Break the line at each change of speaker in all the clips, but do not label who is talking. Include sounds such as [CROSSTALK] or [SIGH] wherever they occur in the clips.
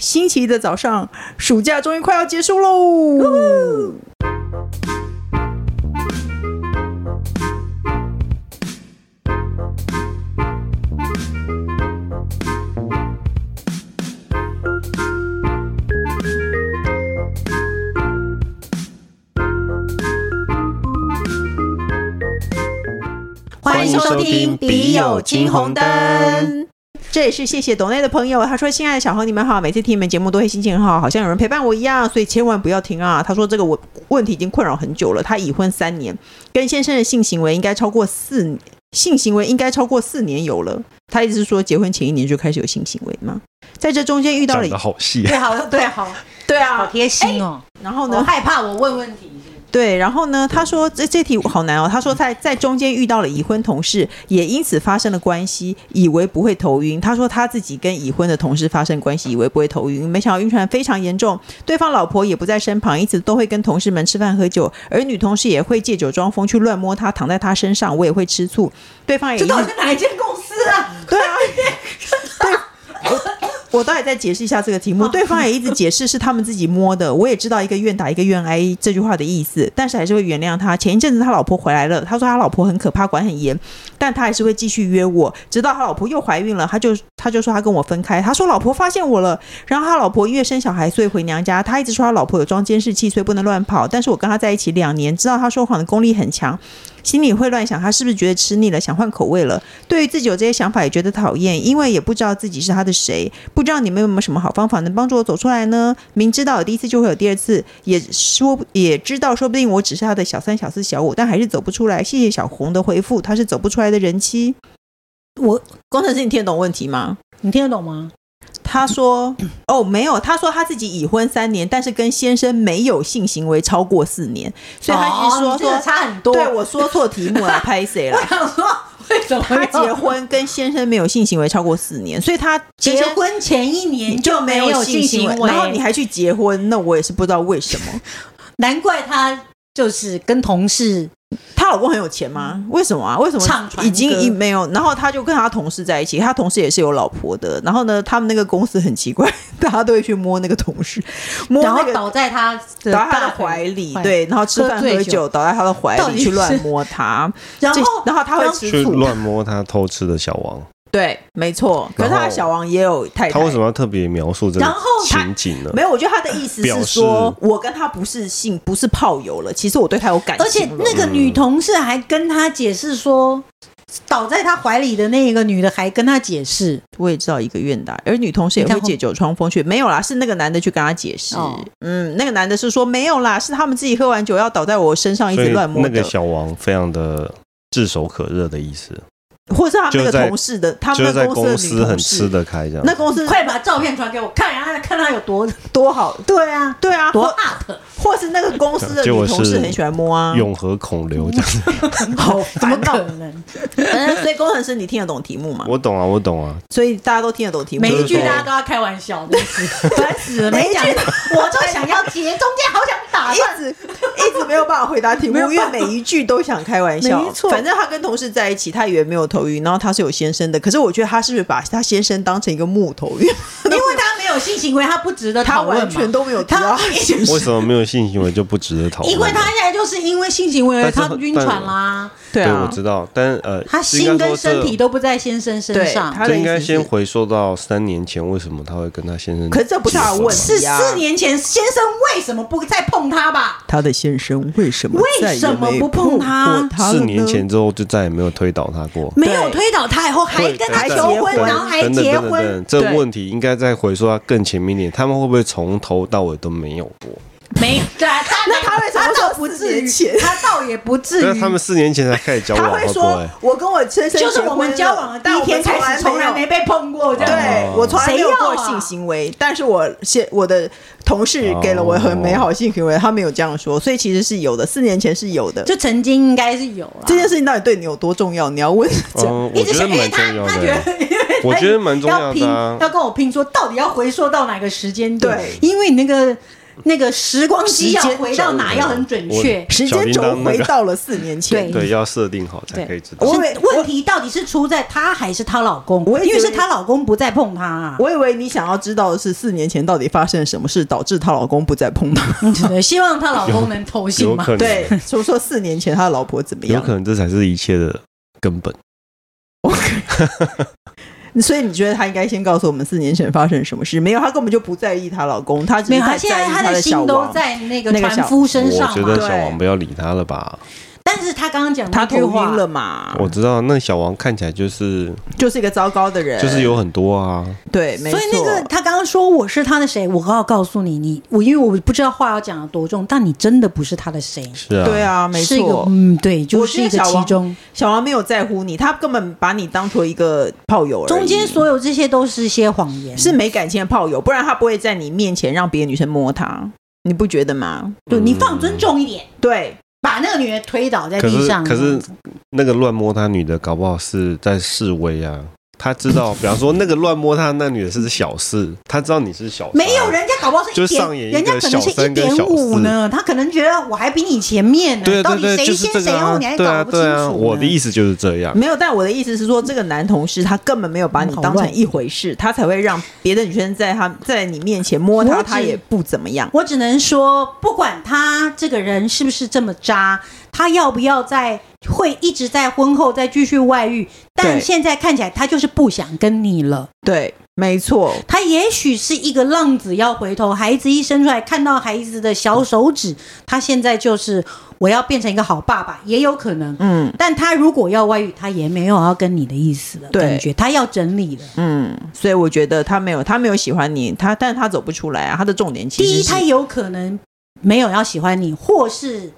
星期一的早上，暑假终于快要结束喽。
欢迎收听笔友青红灯
这也是谢谢董内的朋友，他说：“亲爱的小何，你们好，每次听你们节目都会心情很好，好像有人陪伴我一样，所以千万不要停啊。”他说：“这个我问题已经困扰很久了，他已婚三年，跟先生的性行为应该超过四年性行为应该超过四年有了。他意思是说，结婚前一年就开始有性行为吗？在这中间遇到
讲的
了
好细啊，
对，好对好
对
好
啊，
贴心哦。
然后
我
呢，
害怕我问问题，
对，然后呢，他说这这题好难哦。他说在在中间遇到了已婚同事，也因此发生了关系，以为不会头晕。他说他自己跟已婚的同事发生关系，以为不会头晕，没想到晕船非常严重，对方老婆也不在身旁，因此都会跟同事们吃饭喝酒，而女同事也会借酒装疯去乱摸他，躺在他身上，我也会吃醋，对方也
这
因
到底是哪一间公司啊？
对啊，对，啊我我待会再解释一下这个题目。对方也一直解释是他们自己摸的，我也知道一个愿打一个愿挨这句话的意思，但是还是会原谅他。前一阵子他老婆回来了，他说他老婆很可怕，管很严，但他还是会继续约我，直到他老婆又怀孕了，他就他就说他跟我分开。他说老婆发现我了，然后他老婆因为生小孩所以回娘家，他一直说他老婆有装监视器，所以不能乱跑。但是我跟他在一起两年，知道他说谎的功力很强，心里会乱想他是不是觉得吃腻了，想换口味了。对于自己有这些想法也觉得讨厌，因为也不知道自己是他的谁，不知道你们有没有什么好方法能帮助我走出来呢？明知道有第一次就会有第二次，也说也知道说不定我只是他的小三、小四、小五，但还是走不出来。谢谢小红的回复，他是走不出来的人妻。我工程师，你听得懂问题吗？
你听得懂吗？
他 [CLEARS THROAT] 说：“哦，没有。”他说他自己已婚三年，但是跟先生没有性行为超过四年，所以他一直
哦
说
你这
说、
个差很多。
对我 [LAUGHS] 说错题目了，拍谁了
我？想说，为什么
他
要
结婚跟先生没有性行为超过四年，所以他跟
结
先
婚前一年
就
没
没有
性
行
为？嗯
然后你还去结婚，那我也是不知道为什么。
难怪他就是跟同事
她老公很有钱吗？为什么啊？为什
嗯唱
么
船
已经
歌
已没有？然后他就跟他同事在一起，他同事也是有老婆的。然后呢，他们那个公司很奇怪， [LAUGHS] 大家都会去摸那个同事，摸
然
那
后
个
倒在他的
倒在他
大
的
腿
怀里，
怀
对，然后吃
喝
饭
醉
喝
酒
酒倒在他的怀
到底
里去
是
乱摸他，
然
这
后
然后他会
然后
去
吃醋，
乱摸他偷吃的小王，
对，没错。可是
然
他的
后
小王也有太太，
他为什么要特别描述这
然
个
后他
情景呢？
没有，我觉得他的意思
表
是
示
说，我跟他不是性，不是炮友了。其实我对他有感情
而且
了
那个女同事还跟他解释说，倒在他怀里的那个女的还跟他解释，
我也知道一个愿打，而女同事也
你
会
看后
借酒装疯去。没有啦，是那个男的去跟他解释。
哦
嗯，那个男的是说没有啦，是他们自己喝完酒要倒在我身上一
所
直
以
乱摸
那
的
个，小王非常的炙手可热的意思，
或者是他们那
就
个
在
同事的，他
就
们
是在
那个公
公
司的
司
女
很
同
吃
事，
得开这样。
那公司
快把照片传给我看，啊，看他有多 [LAUGHS]
多好。
对啊，
对啊，
多
或
[LAUGHS] up，
或是那个公司的
结果
女同事
是
很喜欢摸啊，
永和孔
[LAUGHS]
刘这样子，
好
怎么
烦
可
恼。
能？
嗯所以工程师你听得懂题目吗？
我懂啊，我懂啊，
所以大家都听得懂题目。
每
就
一
是
句
说
大家都要开玩笑，真是烦死 [LAUGHS] 了！
每一
没
句
讲，我就想要结，中间好想打
一
断。
直 [LAUGHS] 一直没有办法回答题目，
没有
因
办法
为每一句都想开玩笑。
没错
反正他跟同事在一起，他以为没有头晕，然后他是有先生的，可是我觉得他是不是把他先生当成一个木头，
[LAUGHS]
因为
因为他没有性行为，他不值得
他
讨论
完
嘛。
全都没有提到他先
为
生。
什么没有性行为就不值得讨论？
因为他现在就是因为性行为，
但是
他晕船啦，
对
对我
啊，
知道，但呃，
他
应
心
该
跟
说这
身体都不在先生身
对
上。
他
这
的
应
意
该
思
先
是，
回溯到三年前，为什么他会跟他先生？
可是这不是他的问题
是
啊
四年前先生为什么不再碰他吧？
他的先生为什么
为什么
再也没
不碰他
碰过他了
四
呢
年前之后就再也没有推倒他过。
没有推倒他以后，还跟他
对
求婚，
对
然后还
等等
结
等等等
婚，
等，这
对
问题应该再回溯到更前面一点，他们会不会从头到尾都没有过？
没有对啊，他
那他为什么
倒
说
不
四
至
年
于，
前
他倒也不至
那
于，
他们四年前才开始交
他
往，
会
会不哦
说
会？：“
我跟我先生
就是
结婚
我们
了
交往的第
但
一
我
天
们从
开
来
始，从来
有
没被碰过这样。
对
哦
我从来没有过
谁要啊
性行为，但是我现我的同事给了我很
哦
美好的性行为，他没有这样说，所以其实是有的，四年前是有的。
就曾经应该是有了
这件事情到底对你有多重要？你要问这样。
嗯，
一
我
直
觉
想
得
因为
蛮
他
重要
他觉得
的。 [LAUGHS] 我觉得蛮重
要
要
拼
的啊，
要跟我拼说到底要回溯到哪个时间点？
对
因为你那个那个时光机要
时间
回到哪要很准确。
时
小
间
铃
轴
铛那
回
个
到了四年前。
对
对，要设定好才可以知道
我。以为
是问题到底是出在她还是她老公？
我也
因为
觉得
是她老公不再碰她啊。
我以为你想要知道的是四年前到底发生了什么事，导致她老公不再碰她。
对，希望她老公能投信
有
嘛。
可
对
能，，
说说四年前他的老婆怎么
有
样？
可能这才是一切的根本。
所以你觉得她应该先告诉我们四年前发生什么事？没有，她根本就不在意她老公，她只
没
是
有，她
太
现
在
在
意
她
的小
心都
王。
在那个
那个
船
小
夫身
我
上
觉
嘛
得。
对
小王不要理他了吧，
但是她刚刚讲
她
那
头
句话
晕了
嗯
嘛？
我知道那小王看起来就是
就是一个糟糕的人，
就是有很多啊，
对，没错。
所以那个他刚刚说我是他的谁，我要告诉你，你我因为我不知道话要讲的多重，但你真的不是他的谁，
是啊，
对，啊，没
是一个
错。
嗯，对，就
我
是一
觉得
个
小
其
王
中
小王没有在乎你，他根本把你当做一个炮友而已，
中间所有这些都是些谎言，
是没感情的炮友，不然他不会在你面前让别的女生摸他，你不觉得吗？
对你放尊重一点，
对，
把那个女人推倒在
可
地
是
上，
可是那个乱摸他女的，搞不好是在示威啊。他知道， [LAUGHS] 比方说那个乱摸他那女的是小事，他知道你是小三，
没有人家搞不好是
啊就
一点
上演一个
人家可能是
小三
一
跟
点
小
五
四
呢，他可能觉得我还比你前面呢，
对
到底
对对，
谁
就是
先
这
谁
个
后
啊，
你还
对
搞
啊
不清
对
楚
啊，
呢。
我的意思就是这样。
没有。但我的意思是说，这个男同事他根本没有把你当成一回事，他才会让别的女生在他在你面前摸
我
他，
只
他也不怎么样。
我只能说，不管他这个人是不是这么渣，他要不要在会一直在婚后再继续外遇，但
对
现在看起来他就是不想跟你了。
对，没错，
他也许是一个浪子要回头，孩子一生出来看到孩子的小手指，他现在就是我要变成一个好爸爸，也有可能。
嗯
但他如果要外遇，他也没有要跟你的意思了，
对
感觉他要整理了。
嗯，所以我觉得他没有，他没有喜欢你，他，但是他走不出来啊。他的重点其
第
实
一，他
是
有可能没有要喜欢你，或是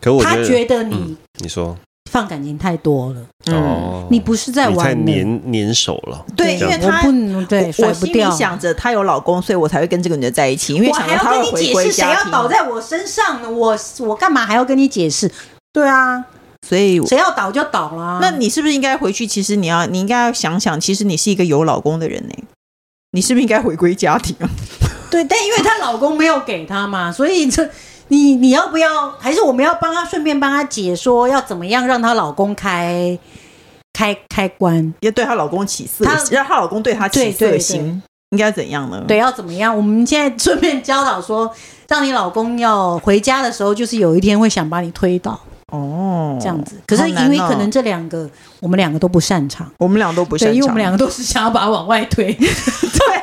可我
他
觉
觉
得
得你、
嗯你说
放感情太多了，
嗯，
哦，
你不是在
你太
玩的。
粘粘手了，
对，
这
因
样
为
我
他
不能对
我
甩
我
不
心里
掉，
想着她有老公，所以我才会跟这个女的在一起，因为
我
想
还
着
要
她
跟
会
你
回
解
归
释谁
家
要
庭。
倒在我身上呢？我我干嘛还要跟你解释？对啊，
所以
谁要倒就倒啦。
那你是不是应该回去？其实你要，你应该要想想，其实你是一个有老公的人呢、你是不是应该回归家庭啊？ [LAUGHS]
对，但因为她老公没有给她嘛，所以这你你要不要？还是我们要帮她顺便帮她解说要怎么样让她老公开开开
嗯
关？
要对她老公起色
她，
让她老公对她起
对对
色
对
心，应该怎样呢？
对，要怎么样？我们现在顺便教导说，让你老公要回家的时候，就是有一天会想把你推倒。
哦，
这样子。可是
好难
因为
哦
可能这两个，我们两个都不擅长，
我们俩都不擅
对，
长，
因为我们两个都是想要把它往外 [LAUGHS] 推，对，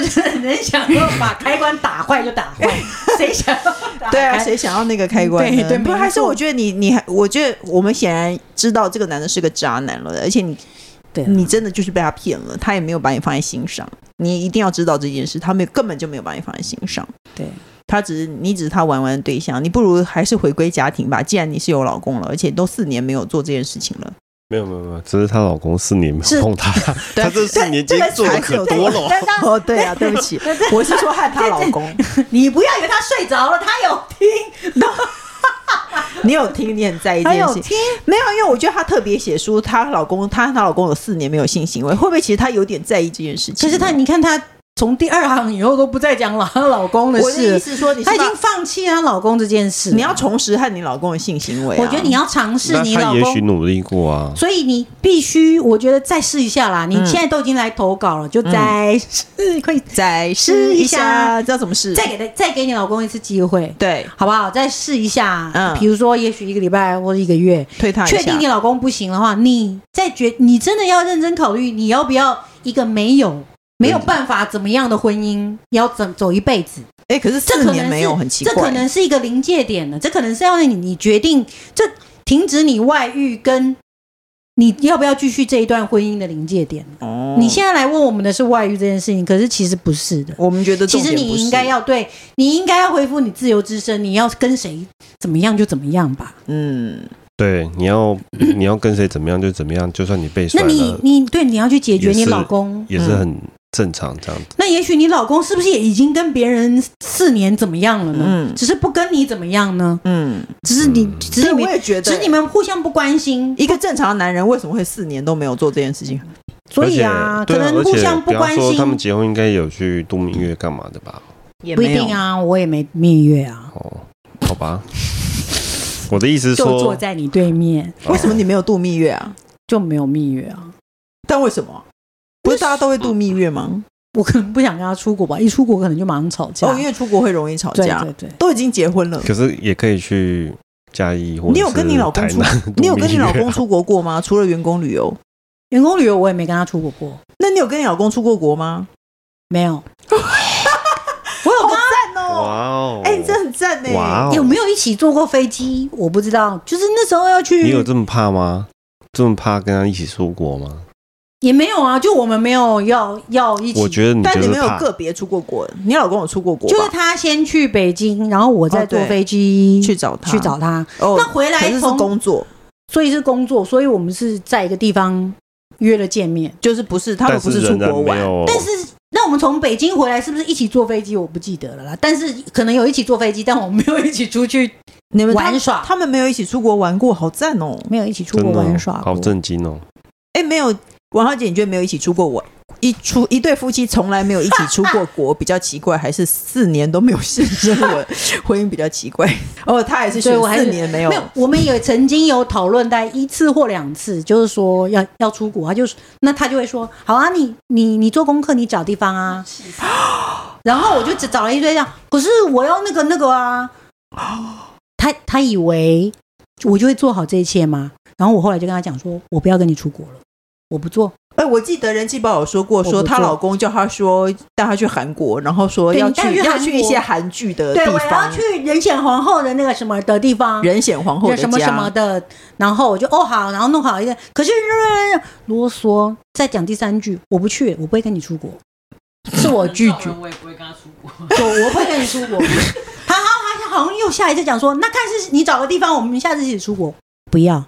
就是人想要把开关打坏就打 [LAUGHS] 坏，谁想要打开
对啊，谁想要那个开关呢？
对对
不
没
还是
错
我觉得你你还，我觉得我们显然知道这个男的是个渣男了，而且你
对啊
你真的就是被他骗了，他也没有把你放在心上。你一定要知道这件事，他没有根本就没有把你放在心上。
对，
他只是你只是他玩玩的对象，你不如还是回归家庭吧。既然你是有老公了，而且都四年没有做这件事情了，
没有没有没有，只是她老公四年没
是
有碰她，
[LAUGHS]
对
她这四年间做的可多了。
但当
[LAUGHS] 哦，对啊，对不起，我是说害她老公。
你不要以为他睡着了，他有听，
[LAUGHS] 你有听，你很在意这
他
件
有
事。
听，
没有，因为我觉得她特别写书，她老公，她和她老公有四年没有性行为，会不会其实她有点在意这件事情？
可是他，，你看他从第二行以后都不再讲老她老公的
我的意
事，
思说你是
她已
把
经放弃她老公这件事。
你要，重拾和你老公的性行为啊、
我觉得你要尝试
那
你老
她也许
公
努力过啊，
所以你必须，我觉得再试一下啦。你现在都已经来投稿了，就再试，快、
再试一下，知道怎么试？
再给他，再给你老公一次机会，
对
好不好？再试一下，
嗯
比如说，也许一个礼拜或者一个月，
推他一下，
确定你老公不行的话，你再决，你真的要认真考虑，你要不要一个没有没有办法怎么样的婚姻，要走走一辈子。
哎、可是
这
四
可能
年
是
没有很奇怪，
这可能是一个临界点了，这可能是要让你你决定这停止你外遇跟你要不要继续这一段婚姻的临界点。
哦
你现在来问我们的是外遇这件事情，可是其实不是的。
我们觉得
其
重
实
点不
你
是
应该要对，你应该要恢复你自由之身，你要跟谁怎么样就怎么样吧。
嗯，
对，
[CLEARS THROAT]
你要你要跟谁怎么样就怎么样，就算你被
那
甩
你嗯
了，
你对你要去解决
也是
你老公，
也是很正常这样子。
那也许你老公是不是也已经跟别人四年怎么样了呢？
嗯
只是不跟你怎么样呢？
嗯，
只是你，只是
对，
你
我
们，
也觉得，
只是你们互相不关心，
一个正常的男人为什么会四年都没有做这件事情？
所以啊，
而且
可
对啊
能
而
互
且
相不
比方
关
说
心
他。们结婚应该有去度蜜月干嘛的吧？
也
不一
没有
定。啊，我也没蜜月啊，
哦，好吧。 [LAUGHS] 我的意思是
就坐
说，啊
在你对面
为什么你没有度蜜月啊？
就没有蜜月啊。
但为什么？不是大家都会度蜜月吗？
我可能不想跟他出国吧，一出国可能就马上吵架。
哦，因为出国会容易吵
啊对
架，
对对，
都已经结婚了。
可是也可以去嘉义或者
你有跟你老公
是
出
台南度
[LAUGHS] 你有跟你老
蜜月
公
啊
出国过吗？除了员工旅游，
员工旅游我也没跟他出国过，
那你有跟你老公出过国吗？
没
[LAUGHS]
有。我有跟
赞
哇
哦！
哦！
哎，你真的很赞呢。
哇哦！
有没有一起坐过飞机？我不知道，就是那时候要
你有
去，
这么怕吗？这么怕跟他一起出国吗？
也没有啊，就我们没有要要一起。
我觉得你
但
就
你
是
没有
怕，
个别出过国，你老公有出过国
就
吧？
是他先去北京，然后我再
哦
坐
对
飞机、
去找他，
去找他。
哦。
那回
可
来
是是
从
工作，
所以是工作，所以我们是在一个地方约了见
哦
面。
就是不是他们
但
不
是
出
仍然
国
没
玩，
有。
但是，那我们从北京回来是不是一起坐飞机？我不记得了啦。但是可能有一起坐飞机，但我们没有一起出去，
你们他
玩耍
他们没有一起出国玩过，好赞哦！
没有一起出
真
国
的
玩耍过
好。震惊哦！
哎，没有，王小姐，你觉得没有一起出过玩？一出一对夫妻从来没有一起出过国，比较奇怪，还是四年都没有性生活， [LAUGHS] 婚姻比较奇怪。 [LAUGHS] 哦，他还是选
对我还是
四年没有
没有，我们也曾经有讨论大概一次或两次，就是说要要出国，他就是那他就会说好啊，你你你做功课，你找地方 [GASPS] 啊。然后我就只找了一堆这样，可是我要那个那个啊。他他以为我就会做好这一切吗？然后我后来就跟他讲说，我不要跟你出国了，我不做。
哎、我记得人气宝有说过，
不
说她
做
老公叫她说带她去韩国，然后说
对
要
你带
去
我去
要
韩
去一
国
些韩剧的
对，
地
我要
方，
去人显皇后的那个什么的地方，
人显皇后
有
的
什么
家
什么的，然后我就哦好，然后弄好一个，可是啰嗦，再讲第三句，我不去，我不会跟你出国，是我拒绝，
我也不会跟他出国。
我我不会跟你出国。他好，他好像又下一次讲说，那看是你找个地方，我们下次一起出国，不要，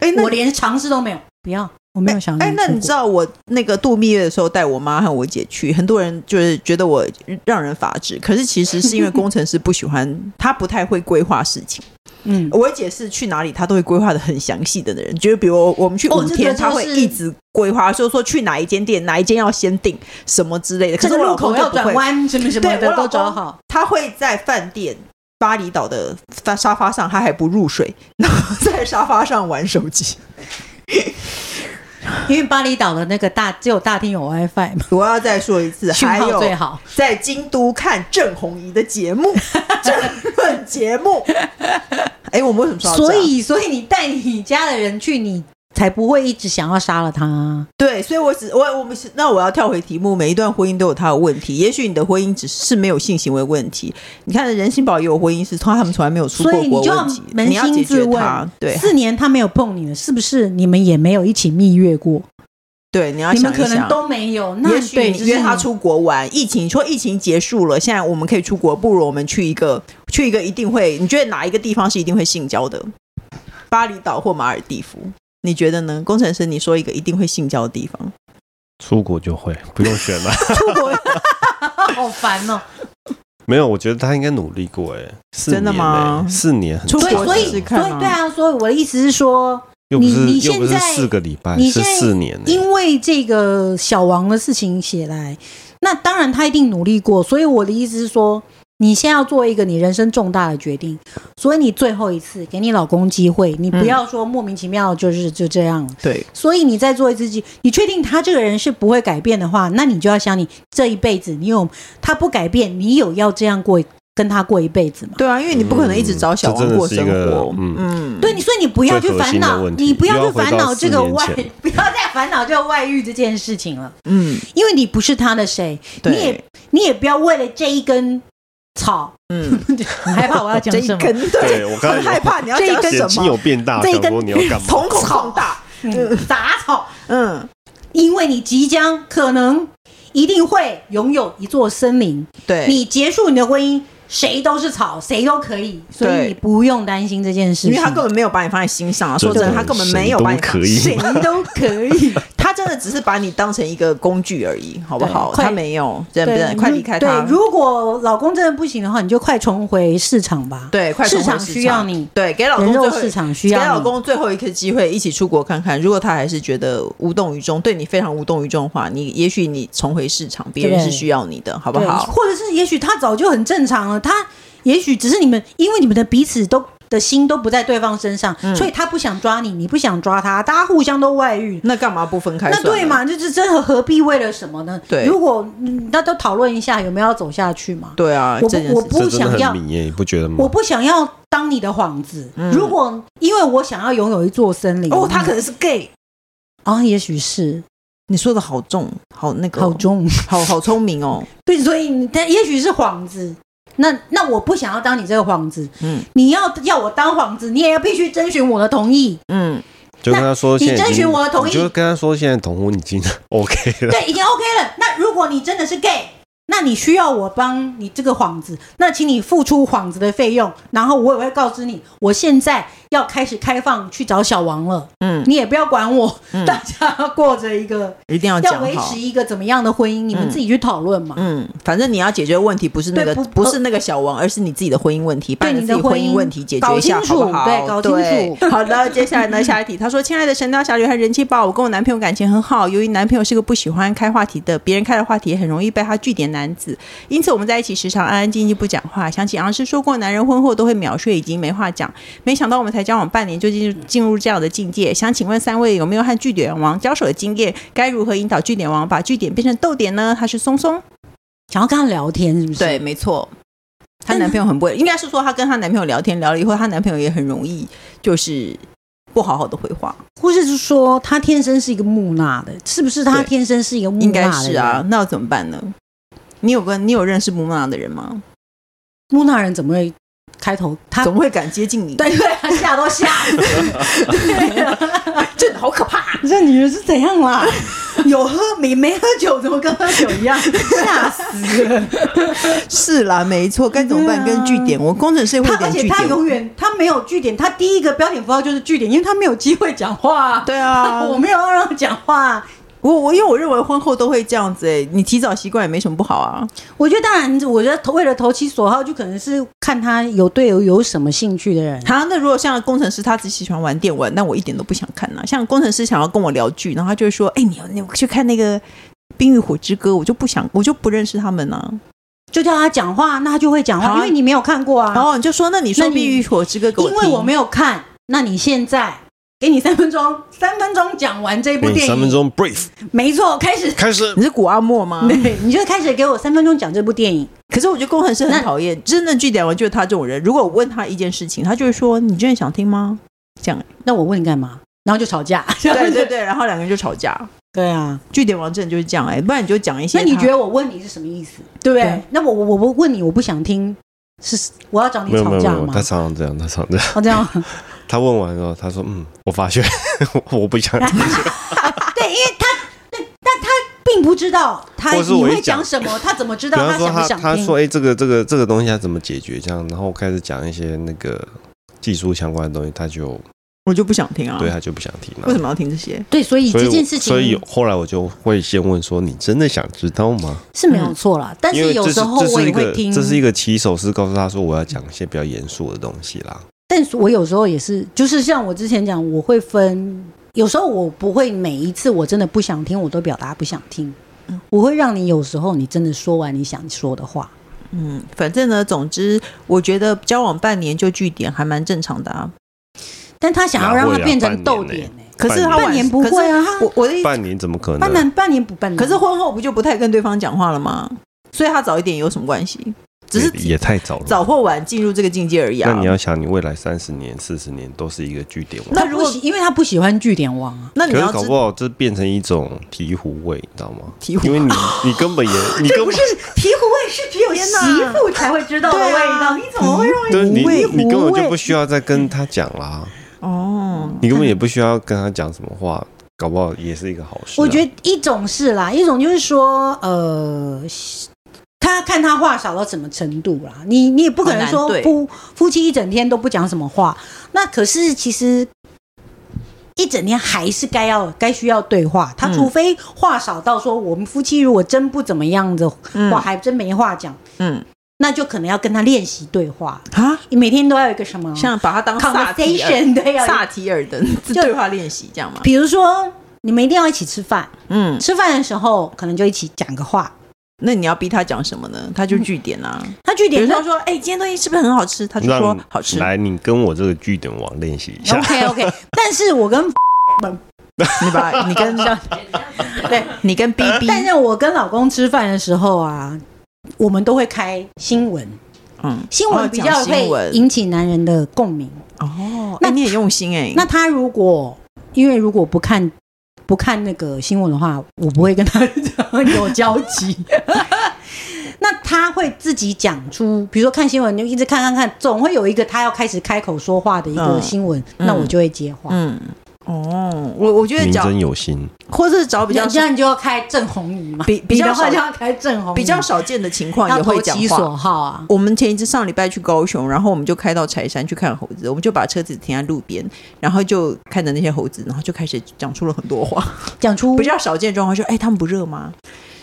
哎、那
我连尝试都没有，不要，我没有想
哎、
跟
那
出
你
国
知道我那个度蜜月的时候带我妈和我姐去，很多人就是觉得我让人发指，可是其实是因为工程师不喜欢，他不太会规划事情。
嗯，
我姐是去哪里，她都会规划的很详细的人，就是比如我们去
哦
五
这个
天，
就是
她会一直规划，就说去哪一间店，哪一间要先订什么之类的。可
这
是
个
我老
路
公
口
就
要
不会
转弯，什么什么
对我
的
老
都找
公
好，
他会在饭店巴厘岛的沙沙发上，他还不入睡， [LAUGHS] 然后在沙发上玩手机。 [LAUGHS]
因为巴厘岛的那个大只有大厅有 WiFi 嘛，
我要再说一
[LAUGHS]
次，
讯
还
号
有
最好。
在京都看郑红怡的节
[LAUGHS]
目，政论节目。哎，我们为什么说到这
所
啊
以，所以你带你家的人去，你才不会一直想要杀了他啊。
对，所以我只我我们是那我要跳回题目，每一段婚姻都有它的问题。也许你的婚姻只是没有性行为问题，你看任心宝也有婚姻是从他们从来没有出
所
过
以
国
你就要
问题，
扪
你要
心
解
自
决它
问，，
对
四年他没有碰你了，是不是你们也没有一起蜜月过？
对，你要
你
想
们
一
可能
啊想
都没有。那
也许
对，嗯
你
就是
约他
你，
出国玩，疫情你说疫情结束了，现在我们可以出国，不如我们去一个去一个一定会，你觉得哪一个地方是一定会性交的？巴厘岛或马尔蒂夫？你觉得呢？工程师，你说一个一定会性交的地方，
出国就会不用选
[LAUGHS]
了。
出国
好
[LAUGHS]
烦哦。
没有，我觉得他应该努力过哎，四
真的
年
吗
欸四年很
出
所
国
以，所
长
以，
试试
所以，
看啊
对啊，所以我的意思是说，
又不是
你你
又不
现
是
在
四个礼拜，
你
是
现在
四年欸
因为这个小王的事情写来，那当然他一定努力过。所以我的意思是说，你先要做一个你人生重大的决定，所以你最后一次给你老公机会，你
嗯
不要说莫名其妙就是就这样了。
对，
所以你再做一次机，你确定他这个人是不会改变的话，那你就要想你这一辈子，你有他不改变，你有要这样过跟他过一辈子吗？
对啊，因为你不可能一直找小
嗯这真
王
的
过
是
生
一个
活，
嗯
嗯，
对，你所以你不要去
最核
烦
心的
恼，
问题
你不
又
要
要
去烦
回到
恼这
四
个
年
外 [LAUGHS]
前，
不要再烦恼这个外遇这件事情了。
嗯，
因为你不是他的谁，你
对
也，你也不要为了这一根草， [LAUGHS]
嗯，
很害怕我要讲
这一
[LAUGHS]
什么，
根
对我刚才
很 [LAUGHS] 害怕你要讲
这一
什
眼睛
么
有，变大，
这一
想
根
说你要干嘛？
瞳孔放大，
嗯杂草，
嗯，
因为你即将可能一定会拥有一座森林，
对，
你结束你的婚姻，谁都是草，谁都可以，所以
对
你不用担心这件事
因
情，
为他根本没有把你放在心上啊，说
真
真
的
的，他根本没有把你
谁都可以
谁都可以，
[LAUGHS] 他真的只是把你当成一个工具而已，好不好？
对快
他没有，对不
对
对？快离开他
对，，如果老公真的不行的话，你就快重回市场吧。
对，快重
市
回
场需要你。
对，给老公
人肉
最后
市场需要
给老
你
公最后一个机会，一起出国看看。如果他还是觉得无动于衷，对你非常无动于衷的话，你也许你重回市场，别人
对
是需要你的，好不
对，
好？
或者是也许他早就很正常了，他也许只是你们因为你们的彼此都的心都不在对方身上，
嗯
所以他不想抓你，你不想抓他，大家互相都外遇。
那干嘛不分开？
那对？嘛，就是真的何必为了什么呢？
对
如果嗯那都讨论一下有没有要走下去嘛？
对啊，
我
这件
不我
事。
不
这真
想
的
要
很迷耶，你不觉得吗？
我不想要当你的幌子。如果因为我想要拥有一座森林，
嗯哦，他可能是 gay。
啊、也许是
你说的好重，好那个哦、
好
[LAUGHS]
重，
好好聪明哦。
对，所以你他也许是幌子。那那我不想要当你这个幌子，
嗯
你要要我当幌子，你也要必须征询我的同意，
嗯，
就跟他说
那你
现在
征
已经
询我的同意
你就跟他说现在同婚已经 [LAUGHS] OK 了。
对，已经 OK 了。那如果你真的是 gay，那你需要我帮你这个幌子，那请你付出幌子的费用，然后我也会告知你，我现在要开始开放去找小王了，
嗯
你也不要管我，
嗯
[LAUGHS] 大家过着一个
一定要
要
讲
维
好
持。一个怎么样的婚姻，你们自己去讨论嘛。
嗯，反正你要解决问题不是那个
对不
是那个小王，而是你自己的婚姻问题，把
对
你
你
自
的
己婚
婚
姻
姻
问题解决
搞
一下，
清
好不
楚
好？
对搞清楚
对 [LAUGHS] 好的，接下来呢，下一题，他说：“亲爱的神雕侠侣和人气宝，我跟我男朋友感情很好，由于男朋友是个不喜欢开话题的，别人开的话题也很容易被他据点男子， [LAUGHS] 因此我们在一起时常安安静静不讲话。想起昂师说过，男人婚后都会秒睡，已经没话讲。没想到我们才交往半年就进入进入这样的境界。想请问三位有没有和据点王交手的经验？该如何引导据点王把据点变成逗点呢？他是松松。”
想要跟他聊天是不是？
对，，没错。她
但
男朋友很不会，应该是说她跟她男朋友聊天聊了以后，她男朋友也很容易就是不好好的回话，
或是是说他天生是一个木讷的，是不是他
对
天生是一个木讷
应
的
该
嗯人？
是啊，那要怎么办呢？你有个你有认识木娜的人吗？
木讷人怎么会开头？他
怎么会敢接近你？
[LAUGHS] 对对，他吓都吓
[LAUGHS]
死，对啊，
这好可怕！
这女人是怎样
[LAUGHS]
啦？有喝没没喝酒，怎么跟喝酒一样？吓死了！
是啦，没错，该怎么办？
对啊
跟据点，我工程师也会
他而
点
且
据
他永
点。
远他没有据点，他第一个标点符号就是据点，因为他没有机会讲话。
对啊
我没有要让他讲话。啊
我我因为我认为婚后都会这样子诶、你提早习惯也没什么不好啊。
我觉得当然，我觉得为了投其所好，就可能是看他有对有有什么兴趣的人。
好、那如果像工程师他只喜欢玩电玩，那我一点都不想看呐、啊像工程师想要跟我聊剧，然后他就会说：“哎、你你去看那个《冰与火之歌》，我就不想，我就不认识他们啊呐、
就叫他讲话，那他就会讲
好
话，
啊
因为你没有看过啊。
然后你就说：“那你说《
那你
冰与火之歌》给我
因
听，
为我没有看，那你现在给你三分钟，三分钟讲完这部
给你
电影。
三分，钟 brief
没错，开始，
开始
你，是古阿莫吗？
[LAUGHS] 对，你就开始给我三分钟讲这部电影。
可是我觉得工程师很
那
讨厌，真正据点王就是他这种人。如果我问他一件事情，他就会说：‘你真的想听吗？’这样，
那我问你干嘛？然后就吵架。 [LAUGHS]
对对对，然后两个人就吵架。
对啊，
据点王真的就是这样哎、不然你就讲一些
那
他。
你觉得我问你是什么意思？对不对
对？
那我我我问你，我不想听，是我要找你
没有没
吵
有没
架
有，
吗
他？常常这样，他常常这样。
哦，这
[LAUGHS]
样，
他问完之后，他说：“嗯，我发现 [LAUGHS] 我不想。
对，因为他对，但他并不知道他
或
你
是我一
会
讲
讲什么，他怎么知”
比
道
方
他
说
想不
他
想
他
听？
说：“哎，这个这个这个东西要怎么解决？”这样，然后开始讲一些那个技术相关的东西，他就
我就不想听啊？
对他就不想听了。
为什么要听这些？
对，所以
所以
这
我
件事情
所以后来我就会先问说：“你真的想知道吗
是没有错啦，？”但
嗯因为
是有
这
时候
这
我
是一
也
个
会听，
这是一个起手式，告诉他说我要讲一些比较严肃的东西啦。
但是我有时候也是，就是像我之前讲，我会分，有时候我不会每一次我真的不想听，我都表达不想听。我会让你有时候你真的说完你想说的话，
嗯，反正呢，总之，我觉得交往半年就据点还蛮正常的啊。
但他想要让
哪
它
会啊
变成逗
半年
点、
呢
欸
可是他
半
晚
年不会啊
可是我我的意思，
半年怎么可
半
能？
年半年不半年，
可是婚后不就不太跟对方讲话了吗？所以他早一点有什么关系？只是
也也太早了。
早或晚进入这个境界而已啊。
那你要想，你未来三十年、四十年都是一个据点王。
那
那
如
如
果
果因为他不喜欢据点王啊，
那你
可
要
是搞
知
不好这变成一种醍醐味，你知道吗？
醍醐味
因为你你
[LAUGHS]
根本也你根
醍
本
醐味是只有
天哪
妇才会知道
对啊
对你
味
你根本就不
味
需要再跟他讲啦，
哦，
你根本也不需要跟他讲什么话，搞不好也是一个好事啊。
我觉得一种是啦，一种就是说，呃，他看他话少到什么程度啦。你你也不可能
很
说
难对
夫夫妻一整天都不讲什么话。那可是其实一整天还是该要该需要对话。他
嗯
除非话少到说我们夫妻如果真不怎么样子，
嗯
我还真没话讲，
嗯
那就可能要跟他练习对话。
啊，
你每天都要有一个什么
像把它当萨提尔
conversation 对啊，
萨提尔的对话练习这样吗？
比如说你们一定要一起吃饭，
嗯，
吃饭的时候可能就一起讲个话。
那你要逼他讲什么呢？他就据点啊，
他据
比如
点
说说，哎，今天东西是不是很好吃？他就说
让
好吃。
来，你跟我这个据点王练习一下。
OK OK，但是
[LAUGHS]
我跟
你把你
[LAUGHS]
跟
对，
你跟 B B，
但是我跟老公吃饭的时候啊，我们都会开新闻，
嗯，
新
哦
闻比
讲
较
新
会
闻
引起男人的共鸣。
哦，
那
那你也用心哎，
那他如果因为如果不看不看那个新闻的话，我不会跟他有交
[LAUGHS]
集。那他会自己讲出，比如说看新闻，你就一直看看看，总会有一个他要开始开口说话的一个
嗯
新闻，
嗯
那我就会接话。
嗯，哦，我我觉得
[LAUGHS] 名
找
真有心，
或是找比
比较
较
这样你就要开正红仪嘛，
比比
你
较
的话
少
就要开正红仪，
比较少见的情况
要
也会
投
讲
其
话。
所好啊。
我们前一次上礼拜去高雄，然后我们就开到柴山去看猴子，我们就把车子停在路边，然后就看着那些猴子，然后就开始讲出了很多话，
讲出
比较少见的状况，说哎，他们不热吗？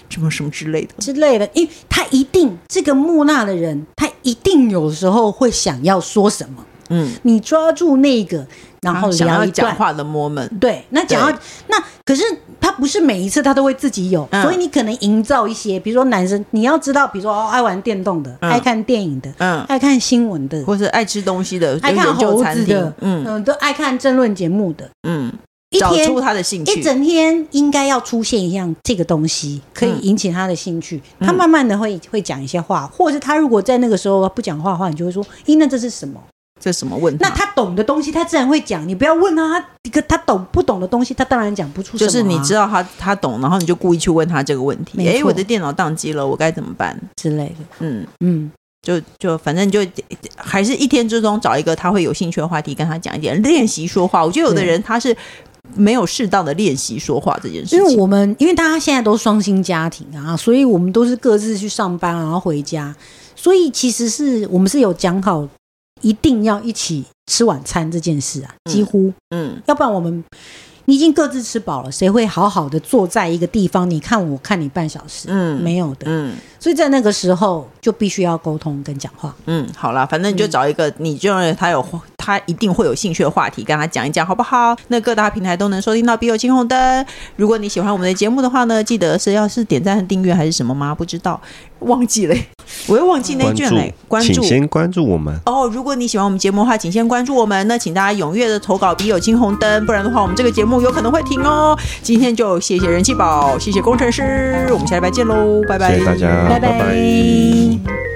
什么什么之类的。
之类的，因为他一定这个木讷的人，他一定有时候会想要说什么，
嗯，
你抓住那个，然后
想
聊
要
一
讲
段。
话的 moment，
对，那讲到那可是他不是每一次他都会自己有，
嗯
所以你可能营造一些，比如说男生你要知道，比如说哦爱玩电动的，
嗯
爱看电影的，
嗯，
爱看新闻的，
或是爱吃东西的，
爱
有
看
研究
猴
餐
子
厅
的，，
嗯
嗯，都爱看政论节目的，
嗯，
一
找
天
出他的兴
一
趣，
哎整天应该要出现一样这个东西，可以
嗯
引起他的兴趣。
嗯
他慢慢的会会讲一些话，或者他如果在那个时候不讲话的话，你就会说：“咦，那这是什么
这什么？”问
那他懂的东西，他自然会讲。你不要问他，他个他懂不懂的东西，他当然讲不出
就
什么、啊
是你知
道
道他他懂，然后你就故意去问他这个问题。
没
哎，
错
我的电脑宕机了，我该怎么办？
之类的。
嗯，
嗯，
就就反正就还是一天之中找一个他会有兴趣的话题跟他讲一点，练习说话。我觉得有的
对
人他是没有适当的练习说话这件事
因为
情。
我们因为大家现在都双薪家庭啊，所以我们都是各自去上班，然后回家，所以其实是我们是有讲好一定要一起吃晚餐这件事啊，
嗯
几乎。
嗯
要不然我们你已经各自吃饱了，谁会好好的坐在一个地方？你看我看你半小时，
嗯
没有的。
嗯
所以在那个时候就必须要沟通跟讲话。
嗯，好啦，反正你就找一个你就认为他有他一定会有兴趣的话题，跟他讲一讲，好不好？那各大平台都能收听到《笔友青红灯》。如果你喜欢我们的节目的话呢，记得是要是点赞、订阅还是什么吗？不知道，忘记了， [LAUGHS] 我又忘记那
关
一卷
注
嘞。，关注
请，先关注我们。
哦，如果你喜欢我们节目的话，请先关注我们。那请大家踊跃的投稿笔友青红灯，不然的话，我们这个节目有可能会停哦。今天就谢谢人气宝，谢谢工程师，我们下礼拜见喽，拜拜，
谢谢大家，
拜拜
拜